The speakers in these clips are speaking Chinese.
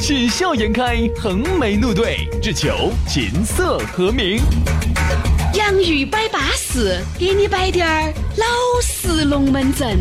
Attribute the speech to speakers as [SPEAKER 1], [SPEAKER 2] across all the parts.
[SPEAKER 1] 喜笑颜开，横眉怒对，只求琴瑟和鸣。
[SPEAKER 2] 洋芋摆巴士，给你摆点儿老式龙门阵。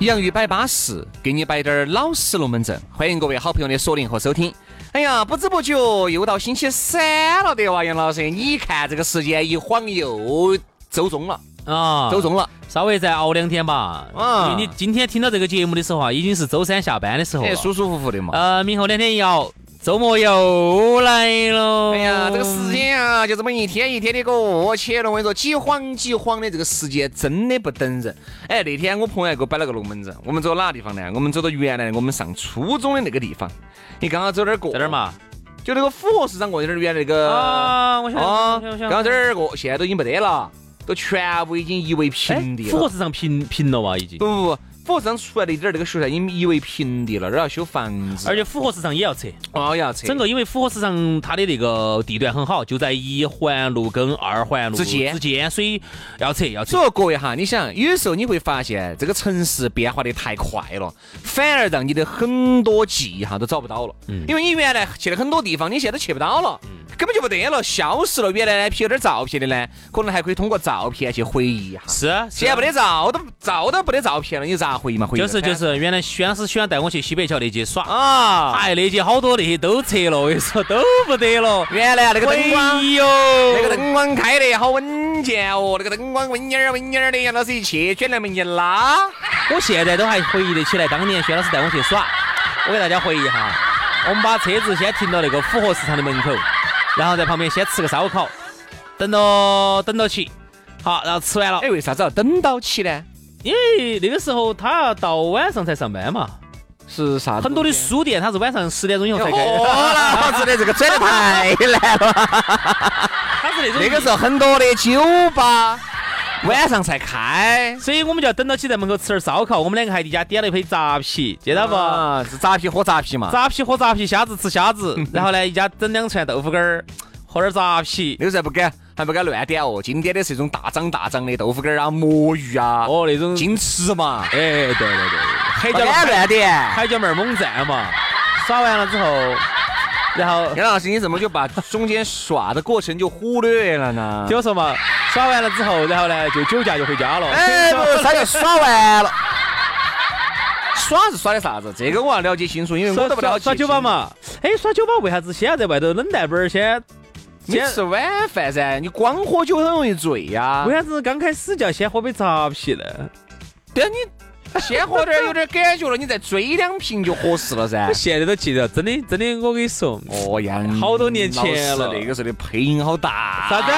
[SPEAKER 3] 洋芋摆巴适，给你摆点儿老实龙门阵。欢迎各位好朋友的锁定和收听。哎呀，不知不觉又到星期三了的哇，杨老师，你看这个时间一晃又周中了，
[SPEAKER 4] 啊，
[SPEAKER 3] 周中了。
[SPEAKER 4] 稍微再熬两天吧。
[SPEAKER 3] 啊
[SPEAKER 4] 因为你今天听到这个节目的时候啊，已经是周三下班的时候
[SPEAKER 3] 哎，
[SPEAKER 4] 了。
[SPEAKER 3] 舒舒服服的嘛。
[SPEAKER 4] 呃，明后两天一熬，周末又来了。
[SPEAKER 3] 哎呀，这个时间啊，就这么一天一天的过去了。我跟你说，几晃几晃的，这个时间真的不等人。哎，那天我朋友还给我摆了个龙门阵，我们走哪个地方呢？我们走到原来我们上初中的那个地方。你刚刚走哪儿过？
[SPEAKER 4] 在哪儿？嘛？
[SPEAKER 3] 就那个府河市场过去那儿原来那个。
[SPEAKER 4] 啊，我想
[SPEAKER 3] 啊，
[SPEAKER 4] 想想
[SPEAKER 3] 呃刚刚这儿个现在都已经没得了，都全部已经夷为平地
[SPEAKER 4] 哎，复
[SPEAKER 3] 了
[SPEAKER 4] 合。市场平平了哇，已经
[SPEAKER 3] 不。不不，府河市场出来的一点儿那个学校已经夷为平地了，这儿要修房子，
[SPEAKER 4] 而且复合市场也要撤，
[SPEAKER 3] 哦要拆
[SPEAKER 4] 整个因为复合市场它的那个地段很好，就在一环路跟二环路
[SPEAKER 3] 之间
[SPEAKER 4] 之间，所以要撤要撤。
[SPEAKER 3] 所以各位哈，你想，有时候你会发现这个城市变化的太快了，反而让你的很多记忆哈都找不到了。
[SPEAKER 4] 嗯
[SPEAKER 3] 因为你原来去了很多地方，你现在都去不到了，根本就没得了，消失了。原来呢，拍点照片的呢，可能还可以通过照片去回忆一下。
[SPEAKER 4] 是啊，
[SPEAKER 3] 现在
[SPEAKER 4] 不
[SPEAKER 3] 没得照都照都没得照片了，你咋回忆嘛？回忆
[SPEAKER 4] 就是
[SPEAKER 3] 反
[SPEAKER 4] 就
[SPEAKER 3] 正
[SPEAKER 4] 是，原来徐老师喜欢带我去西北桥那街耍，
[SPEAKER 3] 啊，
[SPEAKER 4] 哎，那些好多那些都撤了，我跟你说都不得了。哎
[SPEAKER 3] 原来啊那个灯光，
[SPEAKER 4] 喂哟，
[SPEAKER 3] 那个灯光开得好稳健哦，那个灯光温眼儿温眼儿的，杨老师一去卷来门一拉，
[SPEAKER 4] 我现在都还回忆得起来，当年薛老师带我去耍。我给大家回忆一下，我们把车子先停到那个府河市场的门口，然后在旁边先吃个烧烤，等到等到起，好，然后吃完了，
[SPEAKER 3] 哎，为啥子要等到起呢？
[SPEAKER 4] 因为那个时候他要到晚上才上班嘛，
[SPEAKER 3] 是啥子？
[SPEAKER 4] 很多的书店他是晚上十点钟以后才开，
[SPEAKER 3] 哦，老子的这个转的太难了。
[SPEAKER 4] 他是那种
[SPEAKER 3] 那个时候很多的酒吧晚上才开，
[SPEAKER 4] 所以我们就要等到起在门口吃点烧烤，我们两个还一家点了一批扎啤，记
[SPEAKER 3] 知
[SPEAKER 4] 得
[SPEAKER 3] 不？
[SPEAKER 4] 不？
[SPEAKER 3] 啊是扎啤喝扎啤嘛。
[SPEAKER 4] 扎啤喝扎啤，虾子吃虾子，然后呢，一家整两串豆腐干儿，喝点扎啤。
[SPEAKER 3] 那个时候还不敢，还不敢乱点哦。今天的是一种大张大张的豆腐干儿啊、魔芋啊、
[SPEAKER 4] 哦，那种，
[SPEAKER 3] 金翅嘛，
[SPEAKER 4] 哎，对对对对，海
[SPEAKER 3] 不
[SPEAKER 4] 椒
[SPEAKER 3] 敢乱点。
[SPEAKER 4] 海椒妹儿猛战嘛，耍完了之后，然 后
[SPEAKER 3] 杨老师，你怎么就把中间耍的过程就忽略了呢？
[SPEAKER 4] 听我说嘛，耍完了之后，然后呢就酒驾就回家了。
[SPEAKER 3] 哎，不，他就耍完了。耍是耍的啥子？这个我要了解清楚，因为
[SPEAKER 4] 耍
[SPEAKER 3] 我都不了
[SPEAKER 4] 耍
[SPEAKER 3] 解。
[SPEAKER 4] 耍酒吧，嘛，哎，耍酒吧为啥子先要在外头冷淡杯儿先？
[SPEAKER 3] 你
[SPEAKER 4] 先
[SPEAKER 3] 吃晚饭噻，你光喝酒很容易醉呀
[SPEAKER 4] 为。啥子刚开始就要先喝杯扎啤呢？
[SPEAKER 3] 对啊，你先喝点儿有点感觉了，你再追两瓶就合适了噻
[SPEAKER 4] 我。现在都记得，真的真的，我跟你说，
[SPEAKER 3] 哦呀，
[SPEAKER 4] 好多年前了
[SPEAKER 3] 老师那个时候的配音好大。哦
[SPEAKER 4] 啥子？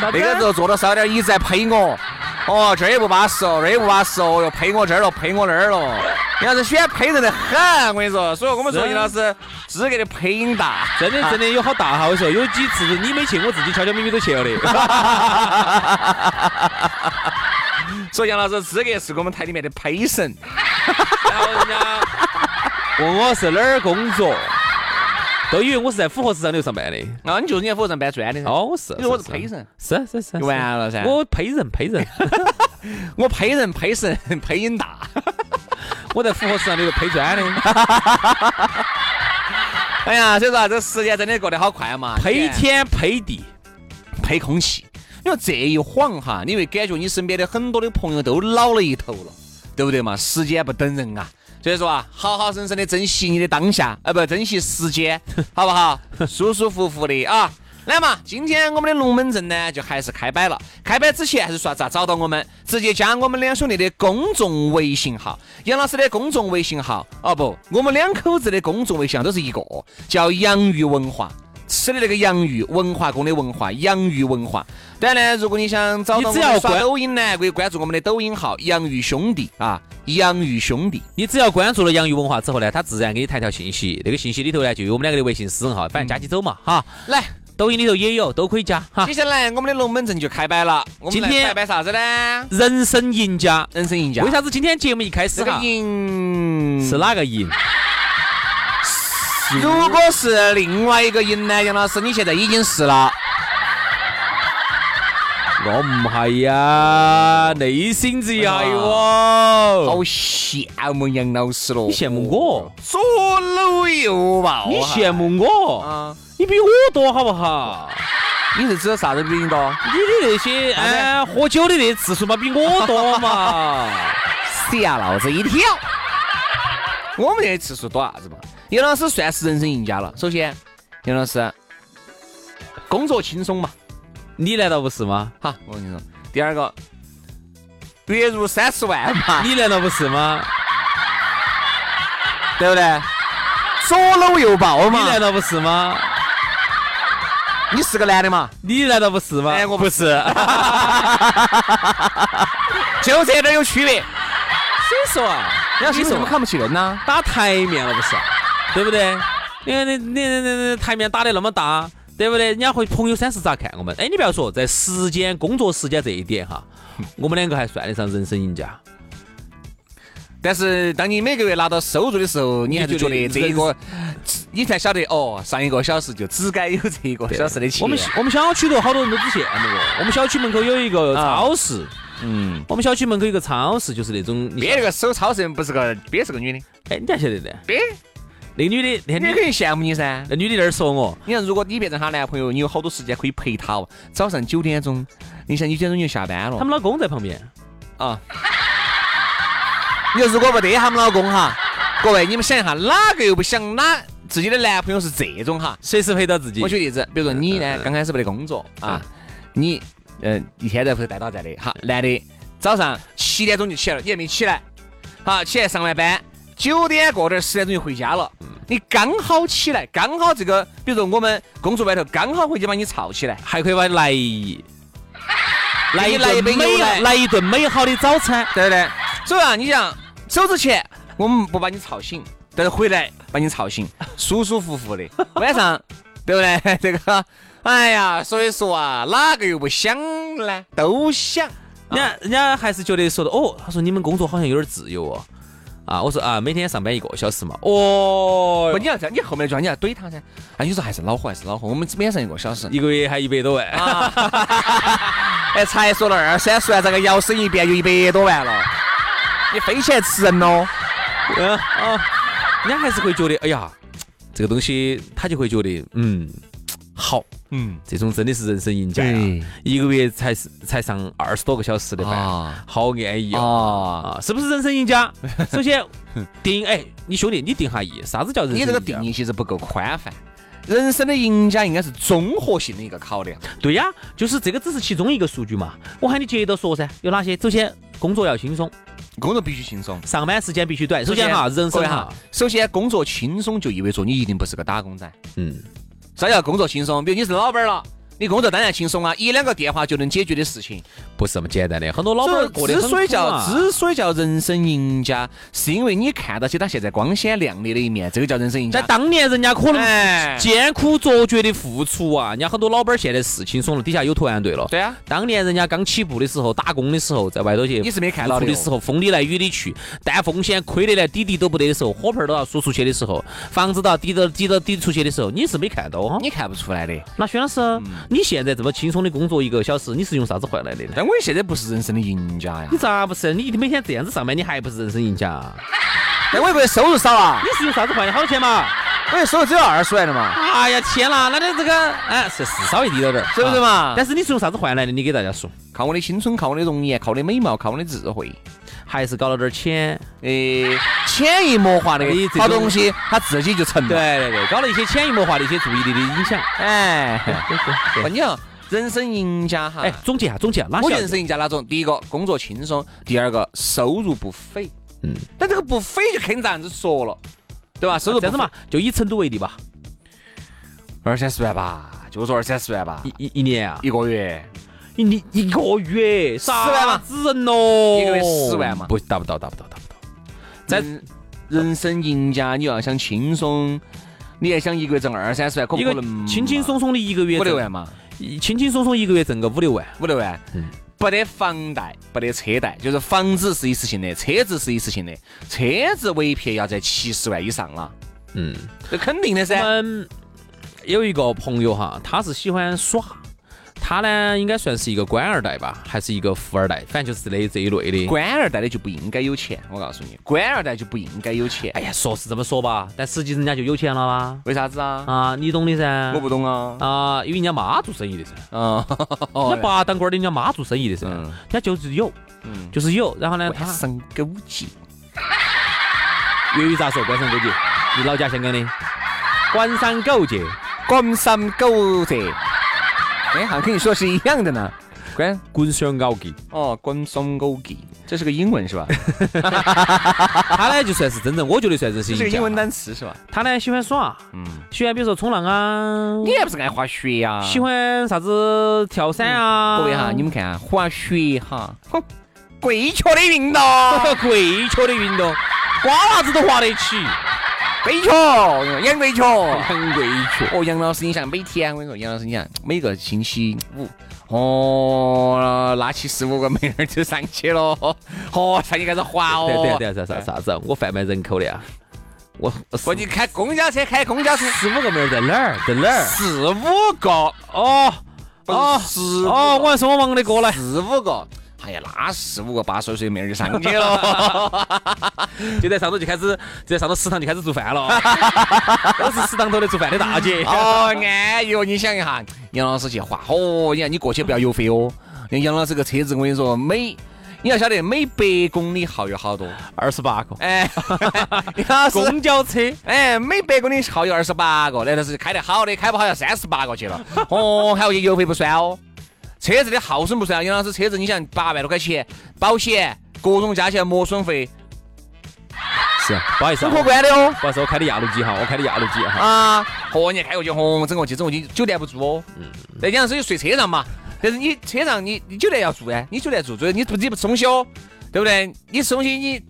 [SPEAKER 4] 啥子
[SPEAKER 3] 那个时候坐到烧点椅子在呸我，哦，这儿也不巴适哦，那儿也不巴适哦，又呸我这儿了，呸我那儿了。你要是喜欢呸人的很，我跟你说，所以我们说
[SPEAKER 4] 是
[SPEAKER 3] 杨老师资格的配音大。
[SPEAKER 4] 真的真的有好大哈！我说有几次你没去，我自己悄悄咪咪都去了的。
[SPEAKER 3] 所以杨老师资格是我们台里面的呸神。哎
[SPEAKER 4] 然后人家问 我是哪儿工作，都以为我是在府河市场里头上班的。
[SPEAKER 3] 啊，你就是你在火车站搬砖的噻。
[SPEAKER 4] 哦，我是，
[SPEAKER 3] 你说我是啊呸神，
[SPEAKER 4] 是是是，
[SPEAKER 3] 就完了噻。
[SPEAKER 4] 我呸人 呸人，
[SPEAKER 3] 我呸人呸神 配音大。
[SPEAKER 4] 我在府河市场里头呸 砖的，
[SPEAKER 3] 哎呀，所以说啊这时间真的过得好快啊嘛。
[SPEAKER 4] 呸
[SPEAKER 3] 天。
[SPEAKER 4] 天呸地。
[SPEAKER 3] 配空气。你说这一晃哈，你会感觉你身边的很多的朋友都老了一头了，对不对嘛？时间不等人啊，所以说啊，好好生生的珍惜你的当下，啊不，珍惜时间，好不好？舒舒服服的啊。来嘛，今天我们的龙门阵呢，就还是开摆了。开摆之前还是说咋找到我们？直接加我们两兄弟的公众微信号，杨老师的公众微信号，哦不，我们两口子的公众微信号都是一个，叫洋芋文化。吃的那个洋芋文化宫的文化洋芋文化。当然呢，如果你想找到我
[SPEAKER 4] 你只要
[SPEAKER 3] 们刷
[SPEAKER 4] 关
[SPEAKER 3] 抖音呢，可以关注我们的抖音号“洋芋兄弟”啊，“洋芋兄弟
[SPEAKER 4] 你只要关注了洋芋文化之后呢，他自然给你弹条信息，那个信息里头呢就有我们两个的微信私人号，反正加起走
[SPEAKER 3] 嗯
[SPEAKER 4] 嘛哈。”。
[SPEAKER 3] 来，
[SPEAKER 4] 抖音里头也有，都可以加哈
[SPEAKER 3] 接。下来我们的龙门阵就开摆了。我们
[SPEAKER 4] 啊今
[SPEAKER 3] 来
[SPEAKER 4] 天
[SPEAKER 3] 摆摆啥子呢？
[SPEAKER 4] 人生赢家，
[SPEAKER 3] 人生赢家。
[SPEAKER 4] 为啥子今天节目一开始
[SPEAKER 3] 这个
[SPEAKER 4] 哈
[SPEAKER 3] 赢
[SPEAKER 4] 是哪个赢？
[SPEAKER 3] 如果是另外一个赢呢，杨老师，你现在已经是了。
[SPEAKER 4] 我唔啊系呀，内心子呀哟。
[SPEAKER 3] 好羡慕杨老师咯！
[SPEAKER 4] 哦你羡慕我？
[SPEAKER 3] 左搂右抱啊，
[SPEAKER 4] 你羡慕我？
[SPEAKER 3] 啊？
[SPEAKER 4] 你比我多好不好？
[SPEAKER 3] 你是指啥子比你多？
[SPEAKER 4] 你的那些哎喝酒的那次数嘛，比我多嘛。
[SPEAKER 3] 吓老子一跳！我们这次数多啥子嘛？杨老师算是人生赢家了。首先，杨老师工作轻松嘛，
[SPEAKER 4] 你难道不是吗？
[SPEAKER 3] 哈，我跟你说。第二个，月入三十万嘛，
[SPEAKER 4] 你难道不是吗？
[SPEAKER 3] 对不对？左搂右抱
[SPEAKER 4] 你
[SPEAKER 3] 嘛，
[SPEAKER 4] 难道不是吗？
[SPEAKER 3] 你是个男的嘛？
[SPEAKER 4] 你难道不是吗？
[SPEAKER 3] 哎我
[SPEAKER 4] 不是，啊
[SPEAKER 3] 就这点有区别。
[SPEAKER 4] 谁说啊？
[SPEAKER 3] 杨老师，
[SPEAKER 4] 你
[SPEAKER 3] 你怎
[SPEAKER 4] 说
[SPEAKER 3] 么看不起人呢？
[SPEAKER 4] 打台面了不是，对不对？你看你你你你你台面打得那么大，对不对？人家会朋友三是咋看我们？哎，你不要说，在时间工作时间这一点哈，我们两个还算得上人生赢家。
[SPEAKER 3] 但是当你每个月拿到收入的时候，你还是觉得这一个，你才晓得哦，上一个小时就只该有这一个小时的钱。
[SPEAKER 4] 我们我们小区头好多人都只羡慕我。我们小区门口有一个超市，
[SPEAKER 3] 嗯，
[SPEAKER 4] 我们小区门口有一个超市，就是那种你
[SPEAKER 3] 别那个手超市不是个，别是个女的，
[SPEAKER 4] 哎，你还晓得的？
[SPEAKER 3] 别
[SPEAKER 4] 那个女的那
[SPEAKER 3] 女
[SPEAKER 4] 天
[SPEAKER 3] 肯
[SPEAKER 4] 女
[SPEAKER 3] 定羡慕你噻。
[SPEAKER 4] 那女的在那儿说我，
[SPEAKER 3] 你看，如果你变成她男朋友，你有好多时间可以陪她哦。早上九点钟，你想九点钟就下班
[SPEAKER 4] 他
[SPEAKER 3] 了
[SPEAKER 4] 们老公在旁边。
[SPEAKER 3] 啊。你说如果不得他们老公哈，各位你们想一下，哪个又不想哪自己的男朋友是这种哈？
[SPEAKER 4] 随时陪到自己嗯
[SPEAKER 3] 我。举例子，比如说你呢，刚开始没得工作啊，你嗯一天在屋头待到在的，哈，
[SPEAKER 4] 嗯
[SPEAKER 3] 男的早上七点钟就起来了，你还没起来，好，起来上完班，九点过点十点钟就回家了，
[SPEAKER 4] 嗯
[SPEAKER 3] 你刚好起来，刚好这个，比如说我们工作外头刚好回去把你吵起来，
[SPEAKER 4] 还可以把你来一来一
[SPEAKER 3] 来一杯
[SPEAKER 4] 顿
[SPEAKER 3] 牛
[SPEAKER 4] 美
[SPEAKER 3] 奶
[SPEAKER 4] 来一顿美好的早餐。
[SPEAKER 3] 对不对？所以啊，你想走之前我们不把你吵醒，但是回来把你吵醒，舒舒服服的，晚上对不对？ 这个。哎呀，所以说啊，哪个又不想呢？都想。
[SPEAKER 4] 人家人家还是觉得说的哦，他说你们工作好像有点自由哦。啊，我说啊，每天上班一个小时嘛。哦
[SPEAKER 3] 不，，你要这样，你后面就要你要怼他噻。啊，你说还是恼火，还是恼火。我们只每上一个小时，
[SPEAKER 4] 一个月还一百多万，
[SPEAKER 3] 啊哎，才说了二三十万，这个摇身一变就一百多万了。你飞起来吃人喽！
[SPEAKER 4] 嗯啊， 人家还是会觉得，哎呀，这个东西他就会觉得，嗯，好，
[SPEAKER 3] 嗯，
[SPEAKER 4] 这种真的是人生赢家呀、
[SPEAKER 3] 对
[SPEAKER 4] 一个月才是才上二十多个小时的班，
[SPEAKER 3] 啊
[SPEAKER 4] 好安逸哦。
[SPEAKER 3] 啊，
[SPEAKER 4] 啊，是不是人生赢家？首先 定，哎，你兄弟，你定下义，啥子叫人生
[SPEAKER 3] 你
[SPEAKER 4] 赢
[SPEAKER 3] 这
[SPEAKER 4] 家？
[SPEAKER 3] 个定义其实不够宽泛。人生的赢家应该是综合性的一个考量。
[SPEAKER 4] 对呀，就是这个只是其中一个数据嘛。我喊你接着说噻，有哪些？首先，工作要轻松，
[SPEAKER 3] 工作必须轻松。
[SPEAKER 4] 上班时间必须短。首先哈，人
[SPEAKER 3] 各
[SPEAKER 4] 生
[SPEAKER 3] 位
[SPEAKER 4] 哈，，
[SPEAKER 3] 首先工作轻松就意味着你一定不是个打工仔。
[SPEAKER 4] 嗯，
[SPEAKER 3] 啥叫工作轻松？比如你是老板儿了，你工作当然轻松啊，一两个电话就能解决的事情。
[SPEAKER 4] 不是那么简单的。很多老板儿过得
[SPEAKER 3] 之
[SPEAKER 4] 很
[SPEAKER 3] 所以
[SPEAKER 4] 苦
[SPEAKER 3] 叫
[SPEAKER 4] 啊
[SPEAKER 3] 之所以叫人生赢家，是因为你看到起他现在光鲜亮丽的一面，这个叫人生赢
[SPEAKER 4] 在
[SPEAKER 3] 家。
[SPEAKER 4] 当年人家可
[SPEAKER 3] 哎
[SPEAKER 4] 能艰苦卓绝的付出啊，人家很多老板儿现在是轻松了，底下有团队了。
[SPEAKER 3] 对啊，
[SPEAKER 4] 当年人家刚起步的时候，打工的时候，在外头去
[SPEAKER 3] 你是没看到
[SPEAKER 4] 付
[SPEAKER 3] 的
[SPEAKER 4] 出的时候，风里来雨里去，担风险亏得来抵抵都不得的时候，火盆儿都要输出去的时候，房子都要抵到抵到抵出去的时候，你是没看到啊哈。
[SPEAKER 3] 你看不出来的。
[SPEAKER 4] 那薛老师，你现在这么轻松的工作一个小时，你是用啥子换来的呢？
[SPEAKER 3] 但我现在不是人生的赢家呀
[SPEAKER 4] 你，咋不是？你每天这样子上班，你还不是人生赢家？
[SPEAKER 3] 但我一个月收入少啊，
[SPEAKER 4] 你是用啥子换的？好多钱嘛？
[SPEAKER 3] 我一个月收入只有二十万的嘛，
[SPEAKER 4] 哎呀天啦，那你这个哎是是稍微低了点儿，
[SPEAKER 3] 是不是
[SPEAKER 4] 啊？
[SPEAKER 3] 嘛？
[SPEAKER 4] 但是你是用啥子换来的？你给大家说，
[SPEAKER 3] 靠我的青春，靠我的容颜，靠我的美貌，靠我的智慧。
[SPEAKER 4] 还是搞了点儿钱？
[SPEAKER 3] 诶，潜移默化的
[SPEAKER 4] 哎这种
[SPEAKER 3] 好东西，它自己就成了。，
[SPEAKER 4] 对对，搞了一些潜移默化的一些注意力的影响。
[SPEAKER 3] 哎，
[SPEAKER 4] 对对
[SPEAKER 3] 不
[SPEAKER 4] 对
[SPEAKER 3] 你要人生赢家哈。
[SPEAKER 4] 哎，总结下，总结下，哪
[SPEAKER 3] 我
[SPEAKER 4] 些
[SPEAKER 3] 觉
[SPEAKER 4] 要
[SPEAKER 3] 得人生赢家哪种？第一个工作轻松，第二个收入不菲。
[SPEAKER 4] 嗯啊
[SPEAKER 3] 嗯，但这个不菲就肯定这样子说了，对吧？收入
[SPEAKER 4] 这样子嘛，就以成都为例吧。
[SPEAKER 3] 二三十万吧，就是二三十万吧，
[SPEAKER 4] 一一一年啊，
[SPEAKER 3] 一个月，
[SPEAKER 4] 一一一个月十
[SPEAKER 3] 万嘛
[SPEAKER 4] 子人咯，
[SPEAKER 3] 一个月10万嘛
[SPEAKER 4] 不达不到，达不到，达不到。在
[SPEAKER 3] 人人生赢家，你要想轻松，你还想一个月挣二三十万，可不
[SPEAKER 4] 一
[SPEAKER 3] 可
[SPEAKER 4] 个
[SPEAKER 3] 能嘛？
[SPEAKER 4] 轻轻松松的一个月
[SPEAKER 3] 五六
[SPEAKER 4] 挣
[SPEAKER 3] 万，嘛，
[SPEAKER 4] 一轻轻松松一个月挣个五六万，
[SPEAKER 3] 五六万
[SPEAKER 4] 嗯，
[SPEAKER 3] 不得房贷，不得车贷，就是房子是一次性的，车子是一次性的，车子尾片要在七十万以上了，
[SPEAKER 4] 嗯。
[SPEAKER 3] 这肯定的
[SPEAKER 4] 我
[SPEAKER 3] 噻。
[SPEAKER 4] 们有一个朋友哈，他是喜欢耍，他呢应该算是一个官二代吧，还是一个富二代，反正就是这这一类的。
[SPEAKER 3] 官二代的就不应该有钱，我告诉你，官二代就不应该有钱
[SPEAKER 4] 哎。呀，说是这么说吧，但实际人家就有钱了啦。
[SPEAKER 3] 为啥子啊？
[SPEAKER 4] 啊，你懂的噻。
[SPEAKER 3] 我不懂啊。
[SPEAKER 4] 啊，因为人家妈做生意的噻，
[SPEAKER 3] 啊，
[SPEAKER 4] 人家爸当官的，人家妈做生意的噻，
[SPEAKER 3] 嗯
[SPEAKER 4] 人家就是有，
[SPEAKER 3] 嗯
[SPEAKER 4] 就是有。然后呢，
[SPEAKER 3] 官
[SPEAKER 4] 他
[SPEAKER 3] 商勾结，
[SPEAKER 4] 粤语咋说？官商勾结，你老家香港的？官商勾结，
[SPEAKER 3] 官商勾结。哎，好像跟你说是一样的呢。官
[SPEAKER 4] 官商勾结。
[SPEAKER 3] 哦，官商勾结，这是个英文是吧？
[SPEAKER 4] 他呢就算是真正，我觉得算是
[SPEAKER 3] 这
[SPEAKER 4] 是
[SPEAKER 3] 是个
[SPEAKER 4] 一
[SPEAKER 3] 英文
[SPEAKER 4] 家。
[SPEAKER 3] 单词是吧？
[SPEAKER 4] 他呢喜欢耍，
[SPEAKER 3] 嗯，
[SPEAKER 4] 喜欢比如说冲浪啊，
[SPEAKER 3] 你还不是爱啊滑雪呀？
[SPEAKER 4] 喜欢啥子跳伞啊？
[SPEAKER 3] 各位哈，你 们看啊，滑雪哈，哼跪脚的运 动，
[SPEAKER 4] 跪脚的运动，瓜娃子都滑得起。
[SPEAKER 3] 跪脚，仰跪脚，
[SPEAKER 4] 很跪脚，
[SPEAKER 3] 哦，杨老师，你想每天我跟你说，杨老师，你想每个星期五，哦，拉起十五个妹儿就上去了， 哦，上去开始滑哦。
[SPEAKER 4] 对对对，啥啥啥子？我贩卖人口的啊！我
[SPEAKER 3] 不，你开公交车，开公交车，
[SPEAKER 4] 十五个妹儿在哪儿？在哪儿？
[SPEAKER 3] 四五个，
[SPEAKER 4] 哦
[SPEAKER 3] 哦
[SPEAKER 4] 哦，
[SPEAKER 3] 十
[SPEAKER 4] 哦，我还说我忙得过来。
[SPEAKER 3] 四五个。哎呀，那四五个八十岁妹儿就上去了，
[SPEAKER 4] 就在上头就开始，就在上头食堂就开始做饭 了。我是食堂头的做饭的大姐。
[SPEAKER 3] 哦，安逸哦！你想一下，杨老师去滑，哦，你看你过去不要油费哦。那杨老师这个车子，我跟你说，每你要晓得每百公里耗油好多，
[SPEAKER 4] 二十八个
[SPEAKER 3] 哎，杨老师
[SPEAKER 4] 公交车，
[SPEAKER 3] 哎，每百公里耗油二十八个，那倒是开得好的，开不好要三十八个去了。哦，还有油费不算哦，车子的耗损不算。杨老师车子，你想八万多块钱，保险各种加起来磨损费
[SPEAKER 4] 是不好意思
[SPEAKER 3] 是
[SPEAKER 4] 啊，
[SPEAKER 3] 可观的哦。
[SPEAKER 4] 不好意思，我开的亚路机哈，我开的亚路机哈。
[SPEAKER 3] 啊，和你开过去，轰，整过去，整过去，酒店不住哦。再加上是有睡车上嘛，但是你车上你你酒店要住呢，你酒店住，主要你不你不吃东西哦，对不对？你吃东西你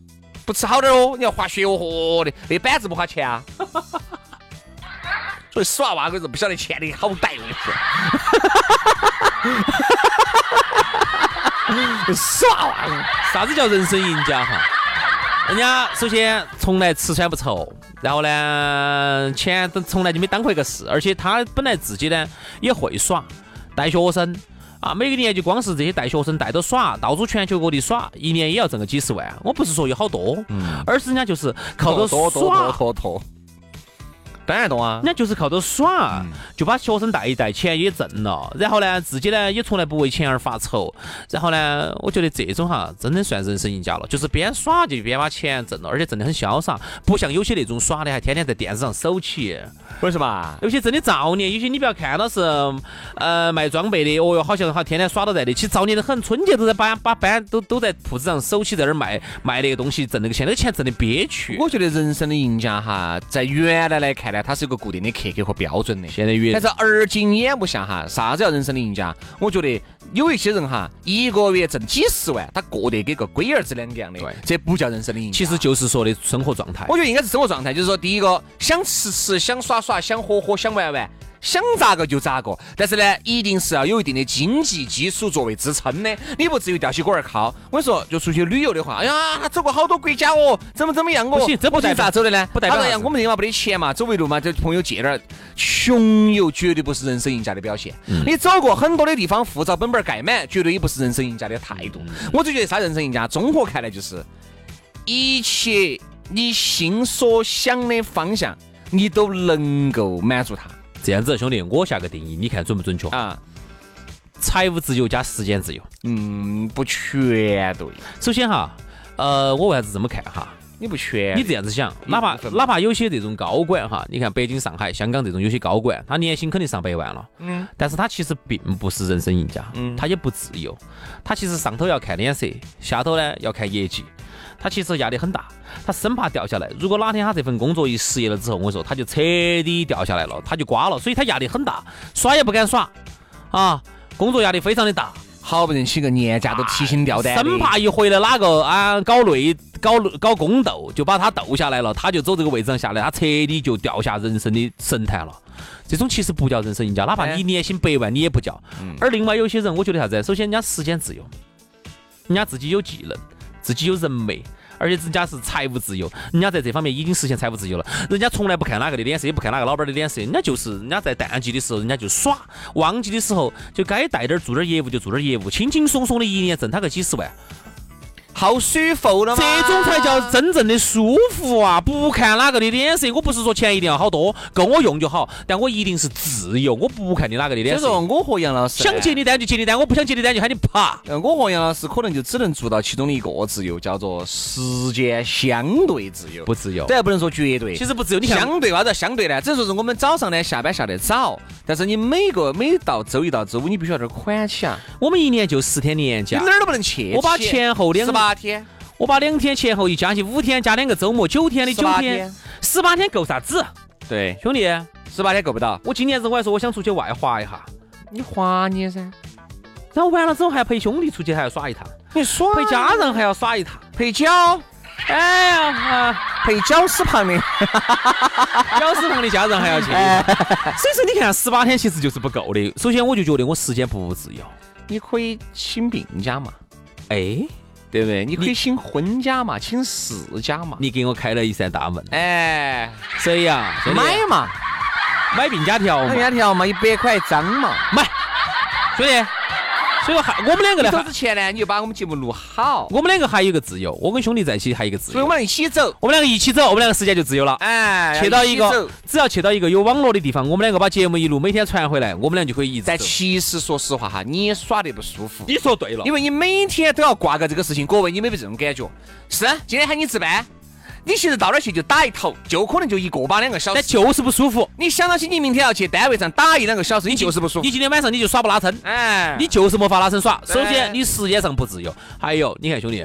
[SPEAKER 3] 不吃好点哦，你要滑雪哦，嚯的，那板子不花钱啊。所以耍娃子不晓得钱的好歹，我跟你说。 耍娃子，
[SPEAKER 4] 啥子叫人生赢家哈？人家首先从来吃穿不愁，然后呢，钱都从来就没当回个事，而且他本来自己呢也会耍，带学生啊，每个年就光是这些带学生带着耍，到处全球各地耍，一年也要挣个几十万。我不是说有好多，而是人家就是靠着
[SPEAKER 3] 多多多
[SPEAKER 4] 耍，
[SPEAKER 3] 多多，当然懂啊
[SPEAKER 4] 人。家就是靠着耍
[SPEAKER 3] 嗯
[SPEAKER 4] 就把学生带一带，钱也挣了，然后呢，自己呢也从来不为钱而发愁，然后呢，我觉得这种哈，真的算人生赢家了，就是边耍就边把钱挣了，而且挣得很潇洒，不像有些那种耍的还天天在电视上手起，
[SPEAKER 3] 为什么？啊
[SPEAKER 4] 有些真的造孽，有些你不要看到是呃卖装备的，哦哟，好像好天天耍到在那起，造孽的很，春节都在把把班都都在铺子上手起在那儿卖卖那个东西，挣那个钱，那个钱挣的憋屈。
[SPEAKER 3] 我觉得人生的赢家哈，在原来来看呢，它是有个固定的客格和标准的。
[SPEAKER 4] 现在越
[SPEAKER 3] 但是而今眼目下哈，啥子叫人生的赢家？我觉得有一些人哈，一个月挣几十万，他过得跟个龟儿子两个样的
[SPEAKER 4] 对，
[SPEAKER 3] 这不叫人生的赢家。哎
[SPEAKER 4] 其实就是说的生活状态
[SPEAKER 3] 我。觉得应该是生活状态，就是说，第一个想吃吃，想耍耍，想喝喝，想玩玩，想咋个就咋个。但是呢，一定是要有一定的经济基础作为支撑的，你不至于吊起锅儿靠。我跟你说，就出去旅游的话，哎呀，他走过好多国家哦，怎么怎么样哦，
[SPEAKER 4] 不行这不
[SPEAKER 3] 我最近
[SPEAKER 4] 代表
[SPEAKER 3] 咋走的呢？
[SPEAKER 4] 不代表
[SPEAKER 3] 他说
[SPEAKER 4] 啥
[SPEAKER 3] 呀
[SPEAKER 4] 子
[SPEAKER 3] 我们这嘛没得钱嘛，走围路嘛，这朋友借点儿。穷游绝对不是人生赢家的表现。
[SPEAKER 4] 嗯
[SPEAKER 3] 你走过很多的地方，护照本本儿盖满，绝对也不是人生赢家的态度。
[SPEAKER 4] 嗯
[SPEAKER 3] 我就觉得啥人生赢家，综合看来就是一切你心所想的方向，你都能够满足它
[SPEAKER 4] 这样子，兄弟，我下个定义，你看准不准确？
[SPEAKER 3] 啊。
[SPEAKER 4] 财务自由加时间自由。
[SPEAKER 3] 嗯，不全对，
[SPEAKER 4] 首先哈，呃，我为啥子这么看哈？
[SPEAKER 3] 你不全
[SPEAKER 4] 你
[SPEAKER 3] 对，
[SPEAKER 4] 这样子想，
[SPEAKER 3] 一
[SPEAKER 4] 哪怕
[SPEAKER 3] 部分吧
[SPEAKER 4] 哪怕有些这种高管哈，你看北京、上海、香港这种有些高管，他年薪肯定上百万了，
[SPEAKER 3] 嗯，
[SPEAKER 4] 但是他其实并不是人生赢家，
[SPEAKER 3] 嗯
[SPEAKER 4] 他也不自由，他其实上头要看脸色，下头呢要看业绩。他其实压力很大，他生怕掉下来。如果哪天他这份工作一失业了之后，我跟你说，他就彻底掉下来了，他就瓜了，所以他压力很大，耍也不敢耍啊，工作压力非常的大。
[SPEAKER 3] 好不容易请个年假都提心吊胆的，
[SPEAKER 4] 生怕一回来哪个啊搞内搞搞宫斗，就把他斗下来了，他就走这个位置上下来，他彻底就掉下人生的神坛了。这种其实不叫人生赢家，哪怕你年薪百万，你也不叫。而另外有些人，我觉得啥子？首先，人家时间自由，人家自己有技能，自己有人脉，而且人家是财务自由，人家在这方面已经实现财务自由了。人家从来不看哪个的脸色，也不看哪个老板的脸色，人家就是人家在淡季的时候，人家就耍；旺季的时候，就该带点儿做点儿业务就做点儿业务，轻轻松松的一年挣他个几十万。
[SPEAKER 3] 好舒服了嘛。
[SPEAKER 4] 这种才叫真正的舒服啊！不看哪个的脸色，我不是说钱一定要好多，够我用就好，但我一定是自由，我不看你哪个的
[SPEAKER 3] 所
[SPEAKER 4] 脸
[SPEAKER 3] 以说，
[SPEAKER 4] 色。
[SPEAKER 3] 我和杨老师
[SPEAKER 4] 想接你单就接你单，我不想接你单就喊你爬。
[SPEAKER 3] 呃，我和杨老师可能就只能做到其中的一个自由，叫做时间相对自由，
[SPEAKER 4] 不自由
[SPEAKER 3] 这还不能说绝对。
[SPEAKER 4] 其实不自由，你像
[SPEAKER 3] 相对啥子相对呢？只能说是我们早上呢下班下得早，但是你每个每到周一到周五，你必须要点款起啊，
[SPEAKER 4] 我们一年就十天年
[SPEAKER 3] 你
[SPEAKER 4] 假，
[SPEAKER 3] 哪儿都不能去。
[SPEAKER 4] 我把前后两
[SPEAKER 3] 十八天，
[SPEAKER 4] 我把两天前后一加起五天，加两个周末九天的九
[SPEAKER 3] 18
[SPEAKER 4] 天，，十八天够啥子？
[SPEAKER 3] 对，
[SPEAKER 4] 兄弟，
[SPEAKER 3] 十八天够不到。
[SPEAKER 4] 我今年子我还说我想出去外滑一下，
[SPEAKER 3] 你划你噻，
[SPEAKER 4] 然后完了之后还陪兄弟出去还要耍一趟，
[SPEAKER 3] 你啊耍
[SPEAKER 4] 陪家人还要耍一趟。
[SPEAKER 3] 陪脚
[SPEAKER 4] 哎呀啊！
[SPEAKER 3] 陪脚屎旁的，
[SPEAKER 4] 表示旁的家人还要去。
[SPEAKER 3] 哎
[SPEAKER 4] 所以说，你看十八天其实就是不够的。首先，我就觉得我时间不自由。
[SPEAKER 3] 你可以请病假嘛，
[SPEAKER 4] 哎，
[SPEAKER 3] 对不对？你可以请婚假嘛，请事假嘛，
[SPEAKER 4] 你给我开了一扇大门。
[SPEAKER 3] 哎，
[SPEAKER 4] 所以呀，兄弟
[SPEAKER 3] 买哎嘛。
[SPEAKER 4] 买病假条嘛
[SPEAKER 3] 那，面条嘛，一百块一张嘛。
[SPEAKER 4] 买，兄弟。所以说还我们两个
[SPEAKER 3] 你
[SPEAKER 4] 呢，
[SPEAKER 3] 走
[SPEAKER 4] 还
[SPEAKER 3] 之前呢，你就把我们节目录好，
[SPEAKER 4] 我们两个还有一个自由。我跟兄弟在一起还有一个自
[SPEAKER 3] 所以我
[SPEAKER 4] 由。
[SPEAKER 3] 们一起走。
[SPEAKER 4] 我们两个一起走，我们两个时间就自由了。
[SPEAKER 3] 哎，
[SPEAKER 4] 去到一
[SPEAKER 3] 起
[SPEAKER 4] 个
[SPEAKER 3] 走，
[SPEAKER 4] 只要去到一个有网络的地方，我们两个把节目一路每天传回来，我们俩就可以一直
[SPEAKER 3] 但
[SPEAKER 4] 走。
[SPEAKER 3] 其实说实话哈，你也耍得不舒服，
[SPEAKER 4] 你说对了
[SPEAKER 3] 因为你每天都要挂个这个事情。各位，你有没有这种感觉？是，今天喊你值班，你其实到那儿去就打一头，就可能就一个把两个小
[SPEAKER 4] 但
[SPEAKER 3] 时。
[SPEAKER 4] 就是不舒服。
[SPEAKER 3] 你想到起你明天要去单位上打一两个小时，你就是不舒服
[SPEAKER 4] 你。今天晚上你就耍不拉伸。
[SPEAKER 3] 哎，
[SPEAKER 4] 你就是没法拉伸耍。首
[SPEAKER 3] 对
[SPEAKER 4] 先，你时间上不自由，还有你看兄弟，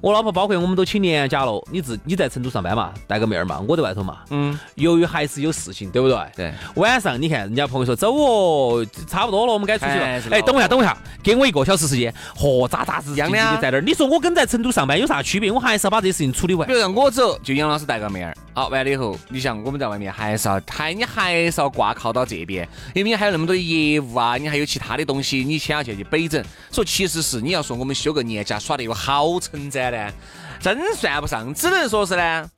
[SPEAKER 4] 我老婆包括我们都请年假了，你自你在成都上班嘛，带个妹儿嘛，我在外头嘛。
[SPEAKER 3] 嗯，
[SPEAKER 4] 由于还是有事情，对不对？
[SPEAKER 3] 对。
[SPEAKER 4] 晚上你看人家朋友说走哦，差不多了，我们该出去了
[SPEAKER 3] 哎是。
[SPEAKER 4] 哎，
[SPEAKER 3] 老
[SPEAKER 4] 等我一下，等我一下，给我一个小时时间，和扎扎实实
[SPEAKER 3] 一样
[SPEAKER 4] 静
[SPEAKER 3] 的
[SPEAKER 4] 静
[SPEAKER 3] 啊
[SPEAKER 4] 的在那儿。你说我跟在成都上班有啥区别？我还是要把这些事情处 理完
[SPEAKER 3] 比。如让我走，就杨老师带个妹儿。好，完了以后，你想我们在外面还是要还你还是要挂靠到这边，因为你还有那么多的业务啊，你还有其他的东西，你先要去去摆整。所以其实是你要说我们休个年假耍得有好称赞呢，真算不上，只能说是呢，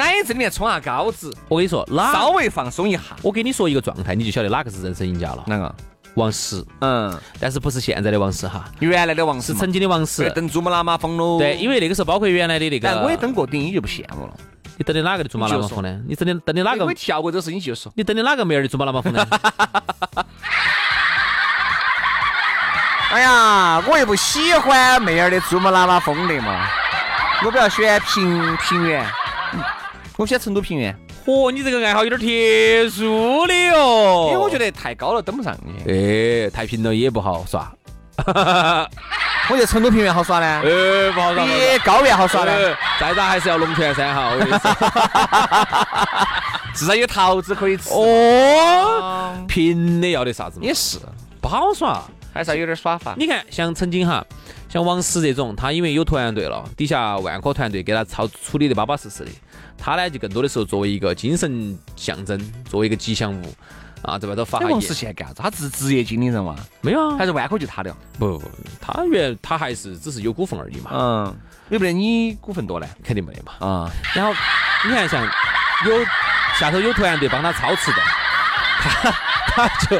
[SPEAKER 3] 矮子里面冲下高子，
[SPEAKER 4] 我跟你说，
[SPEAKER 3] 稍
[SPEAKER 4] 哪？
[SPEAKER 3] 微放松一下。
[SPEAKER 4] 我给你说一个状态，你就晓得哪个是人生赢家了。
[SPEAKER 3] 哪个？
[SPEAKER 4] 王石，
[SPEAKER 3] 嗯，
[SPEAKER 4] 但是不是现在的王石哈，
[SPEAKER 3] 原来的王
[SPEAKER 4] 是
[SPEAKER 3] 是
[SPEAKER 4] 曾经的王石。
[SPEAKER 3] 嗯等珠穆朗玛峰喽。
[SPEAKER 4] 对，因
[SPEAKER 3] 为
[SPEAKER 4] 为那个时候包括原来的那个，
[SPEAKER 3] 但我也登过顶，你就不羡慕了。
[SPEAKER 4] 你等的哪个的珠穆朗玛峰呢？你等的等的哪
[SPEAKER 3] 我
[SPEAKER 4] 个
[SPEAKER 3] 也？跳过这个事，你就说。
[SPEAKER 4] 你等的哪个妹儿的珠穆朗玛 峰呢？
[SPEAKER 3] 哎呀，我又不喜欢妹儿的珠穆朗玛峰的嘛，我比较喜欢平平原，我喜欢成都平原，
[SPEAKER 4] 嚯，你这个爱好有点特殊的
[SPEAKER 3] 因
[SPEAKER 4] 哟
[SPEAKER 3] 为我觉
[SPEAKER 4] 哎得，
[SPEAKER 3] 得太高了登不上去。
[SPEAKER 4] 哎，太平了也不好耍，
[SPEAKER 3] 我觉得成都平原好耍呢，
[SPEAKER 4] 哎，不好耍，不好耍
[SPEAKER 3] 比高原好耍呢，
[SPEAKER 4] 哎再咋还是要龙泉山哈，我跟你 说。
[SPEAKER 3] 至少有桃子可以吃。
[SPEAKER 4] 哦，平的要得啥子嘛？啊
[SPEAKER 3] 也是，
[SPEAKER 4] 不好耍。
[SPEAKER 3] 还是要有点耍法。
[SPEAKER 4] 你看，像曾经哈，像王石这种，他因为有团队了，底下万科团队给他操处理的巴巴适适的。他呢，就更多的时候作为一个精神象征，作为一个吉祥物啊，在外头发
[SPEAKER 3] 那
[SPEAKER 4] 下
[SPEAKER 3] 王
[SPEAKER 4] 言
[SPEAKER 3] 石。现在干啥子？他只是职业经理人嘛，
[SPEAKER 4] 没有啊，
[SPEAKER 3] 还是万科就他的哦？
[SPEAKER 4] 不不不，他原他还是只是有股份而已嘛，
[SPEAKER 3] 嗯，有不得你股份多呢？
[SPEAKER 4] 肯定没得嘛。
[SPEAKER 3] 啊，
[SPEAKER 4] 然后你看像有下头有团队帮他操持的，他他就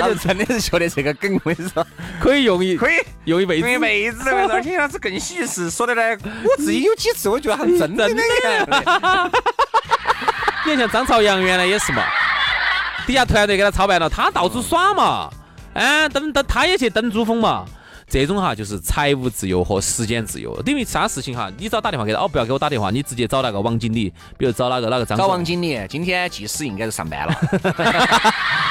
[SPEAKER 3] 他就
[SPEAKER 4] 就
[SPEAKER 3] 真的是觉得这个梗，我跟你说，
[SPEAKER 4] 可以用一
[SPEAKER 3] 可以。
[SPEAKER 4] 用一辈
[SPEAKER 3] 因
[SPEAKER 4] 子。
[SPEAKER 3] 为妹子，我而且杨老师更喜事，说的呢，我自己有几次我觉得还真的 呢。
[SPEAKER 4] 你看像张朝阳原来也是嘛，底下团队给他操办了，他到处耍嘛，哎，登登他也去登珠峰嘛。这种哈就是财务自由和时间自由，因为啥事情哈，你只要打电话给他，哦，不要给我打电话，你直接找那个王经理，比如找哪个哪个张
[SPEAKER 3] 找
[SPEAKER 4] 总
[SPEAKER 3] 王经理，今天技师应该是上班了，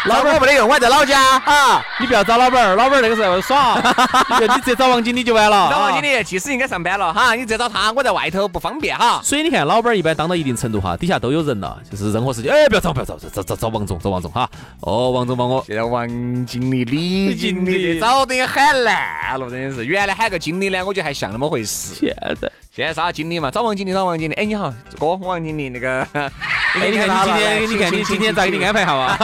[SPEAKER 3] 老板没得用，我还在老家啊。
[SPEAKER 4] 你不要找老板儿，老板儿那个时候在外头耍，你就你直接找王经理就完 了。
[SPEAKER 3] 老王
[SPEAKER 4] 啊
[SPEAKER 3] 经。理，技师应该上班了哈，你再找他，我在外头不方便哈。
[SPEAKER 4] 所以你看，老板儿一般当到一定程度哈，底下都有人了，就是任何事情，哎，不要找，不要找，找找找找王总，找王总哈。哦，王总帮我，
[SPEAKER 3] 现在王经理、李经
[SPEAKER 4] 经
[SPEAKER 3] 理
[SPEAKER 4] 理
[SPEAKER 3] 早得喊烂了，真的是。原来喊个经理呢，我觉得还像那么回事。
[SPEAKER 4] 现在，
[SPEAKER 3] 现在啥经理嘛，找王经理，找王经理。哎，你好，哥，我王经理那个。
[SPEAKER 4] 哎，
[SPEAKER 3] 哎
[SPEAKER 4] 你看 你今天，你看你今天咋给你安排一下嘛？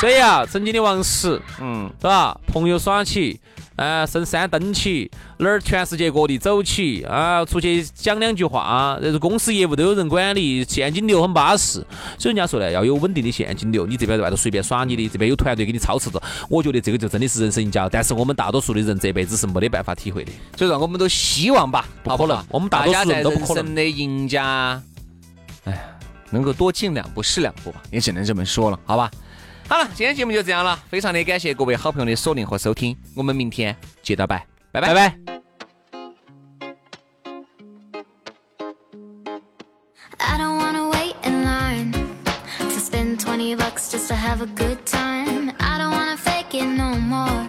[SPEAKER 4] 所以啊，曾经的王石，
[SPEAKER 3] 嗯，
[SPEAKER 4] 是吧？朋友耍起，啊，升山登起，哪儿全世界各地走起，啊，出去讲两句话，然后公司业务都有人管理，现金流很巴适。所以人家说呢，要有稳定的现金流，你这边在外头随便耍你的，这边有团队给你操持着，我觉得这个就真的是人生赢家。但是我们大多数的人这辈子是没得办法体会的。
[SPEAKER 3] 所以说我们都希望吧，
[SPEAKER 4] 不
[SPEAKER 3] 好
[SPEAKER 4] 可
[SPEAKER 3] 好
[SPEAKER 4] 能我们大多数
[SPEAKER 3] 家在
[SPEAKER 4] 人都不
[SPEAKER 3] 人
[SPEAKER 4] 可能
[SPEAKER 3] 生的赢家，哎呀，能够多进两步是两步吧，也只能这么说了，好吧。好了，今天节目就这样了，非常的感谢各位好朋友的锁定和收听，我们明天接着拜，拜拜
[SPEAKER 4] 拜拜。
[SPEAKER 5] I don't wanna wait in line to spend 20 bucks just to have a good time. I don't wanna fake it no more.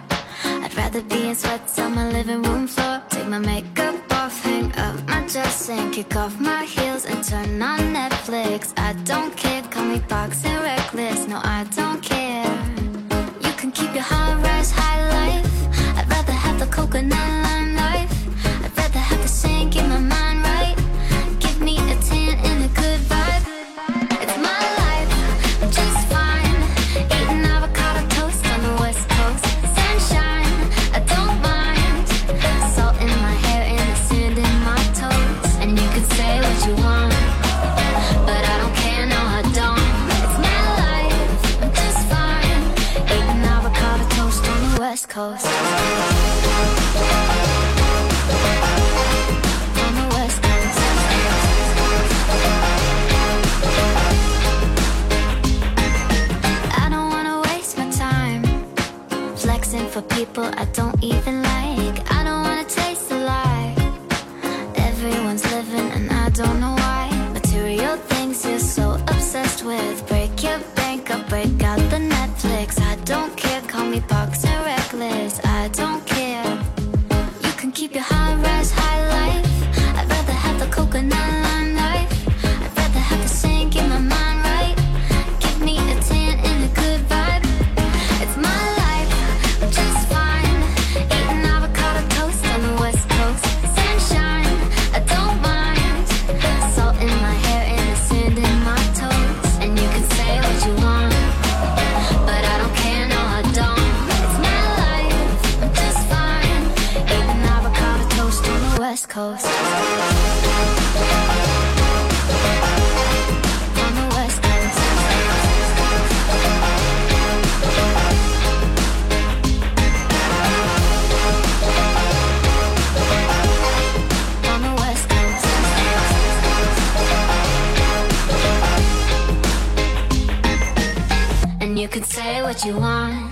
[SPEAKER 5] I'd rather be in sweats on my living room floor. Take my makeup off, hang up my dress, and kick off my heels and turn on Netflix. I don't care, call me boxing reckless. No, I don't care. You can keep your high rise, high life. I'd rather have the coconut lime life. I'd rather have the sink, get my mind right. Give me a tan and a good vibe. It's my life, just fine. Eating avocado toast on the west coast. Sunshine, I don't mind. Salt in my hair and the sand in my toes. And you can say what you want. But I don't care, no, I don't. It's my life, I'm just fine. Eating avocado toast on the west coast. On the west coast. I don't wanna waste my time flexing for people I don't even like. I don't wanna taste a lie. Everyone's living and I don't know why. Material things you're so obsessed with. Break your bank up, break out the Netflix. I don't care, call me boxer reckless. I don't care. You can keep your high rise, high life. I'd rather have the coconut lime life. I'd rather have the sink, get my mind right. Give me a tan and a good vibe. It's my life, I'm just fine. Eating avocado toast on the west coast. Sunshine, I don't mind. Salt in my hair and the sand in my toes. And you can say what you want. But I don't care, no, I don't. It's my life, I'm just fine. Eating avocado toast on the west coast. On the west coast. On the west coast. And you can say what you want,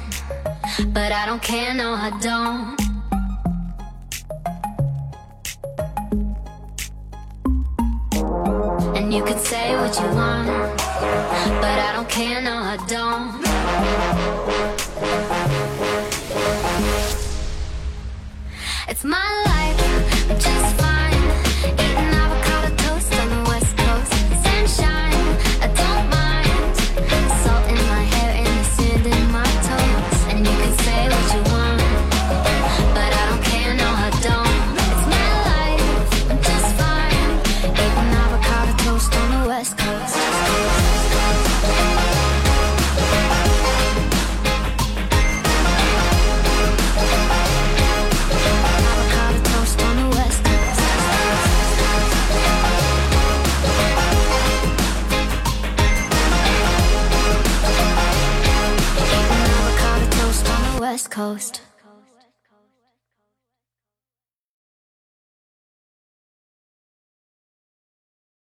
[SPEAKER 5] but I don't care, no, I don't. And you can say what you want, but I don't care, no, I don't. It's my life, I'm just fine. Eating avocado toast on the west coast. Sunshine, I don't mind. Salt in my hair and the sand in my toes. And you can say what you want, but I don't care, no, I don't. It's my life, I'm just fine. Eating avocado toast on the west coast. Avocado toast on the west coast. Eating avocado toast on the west coast.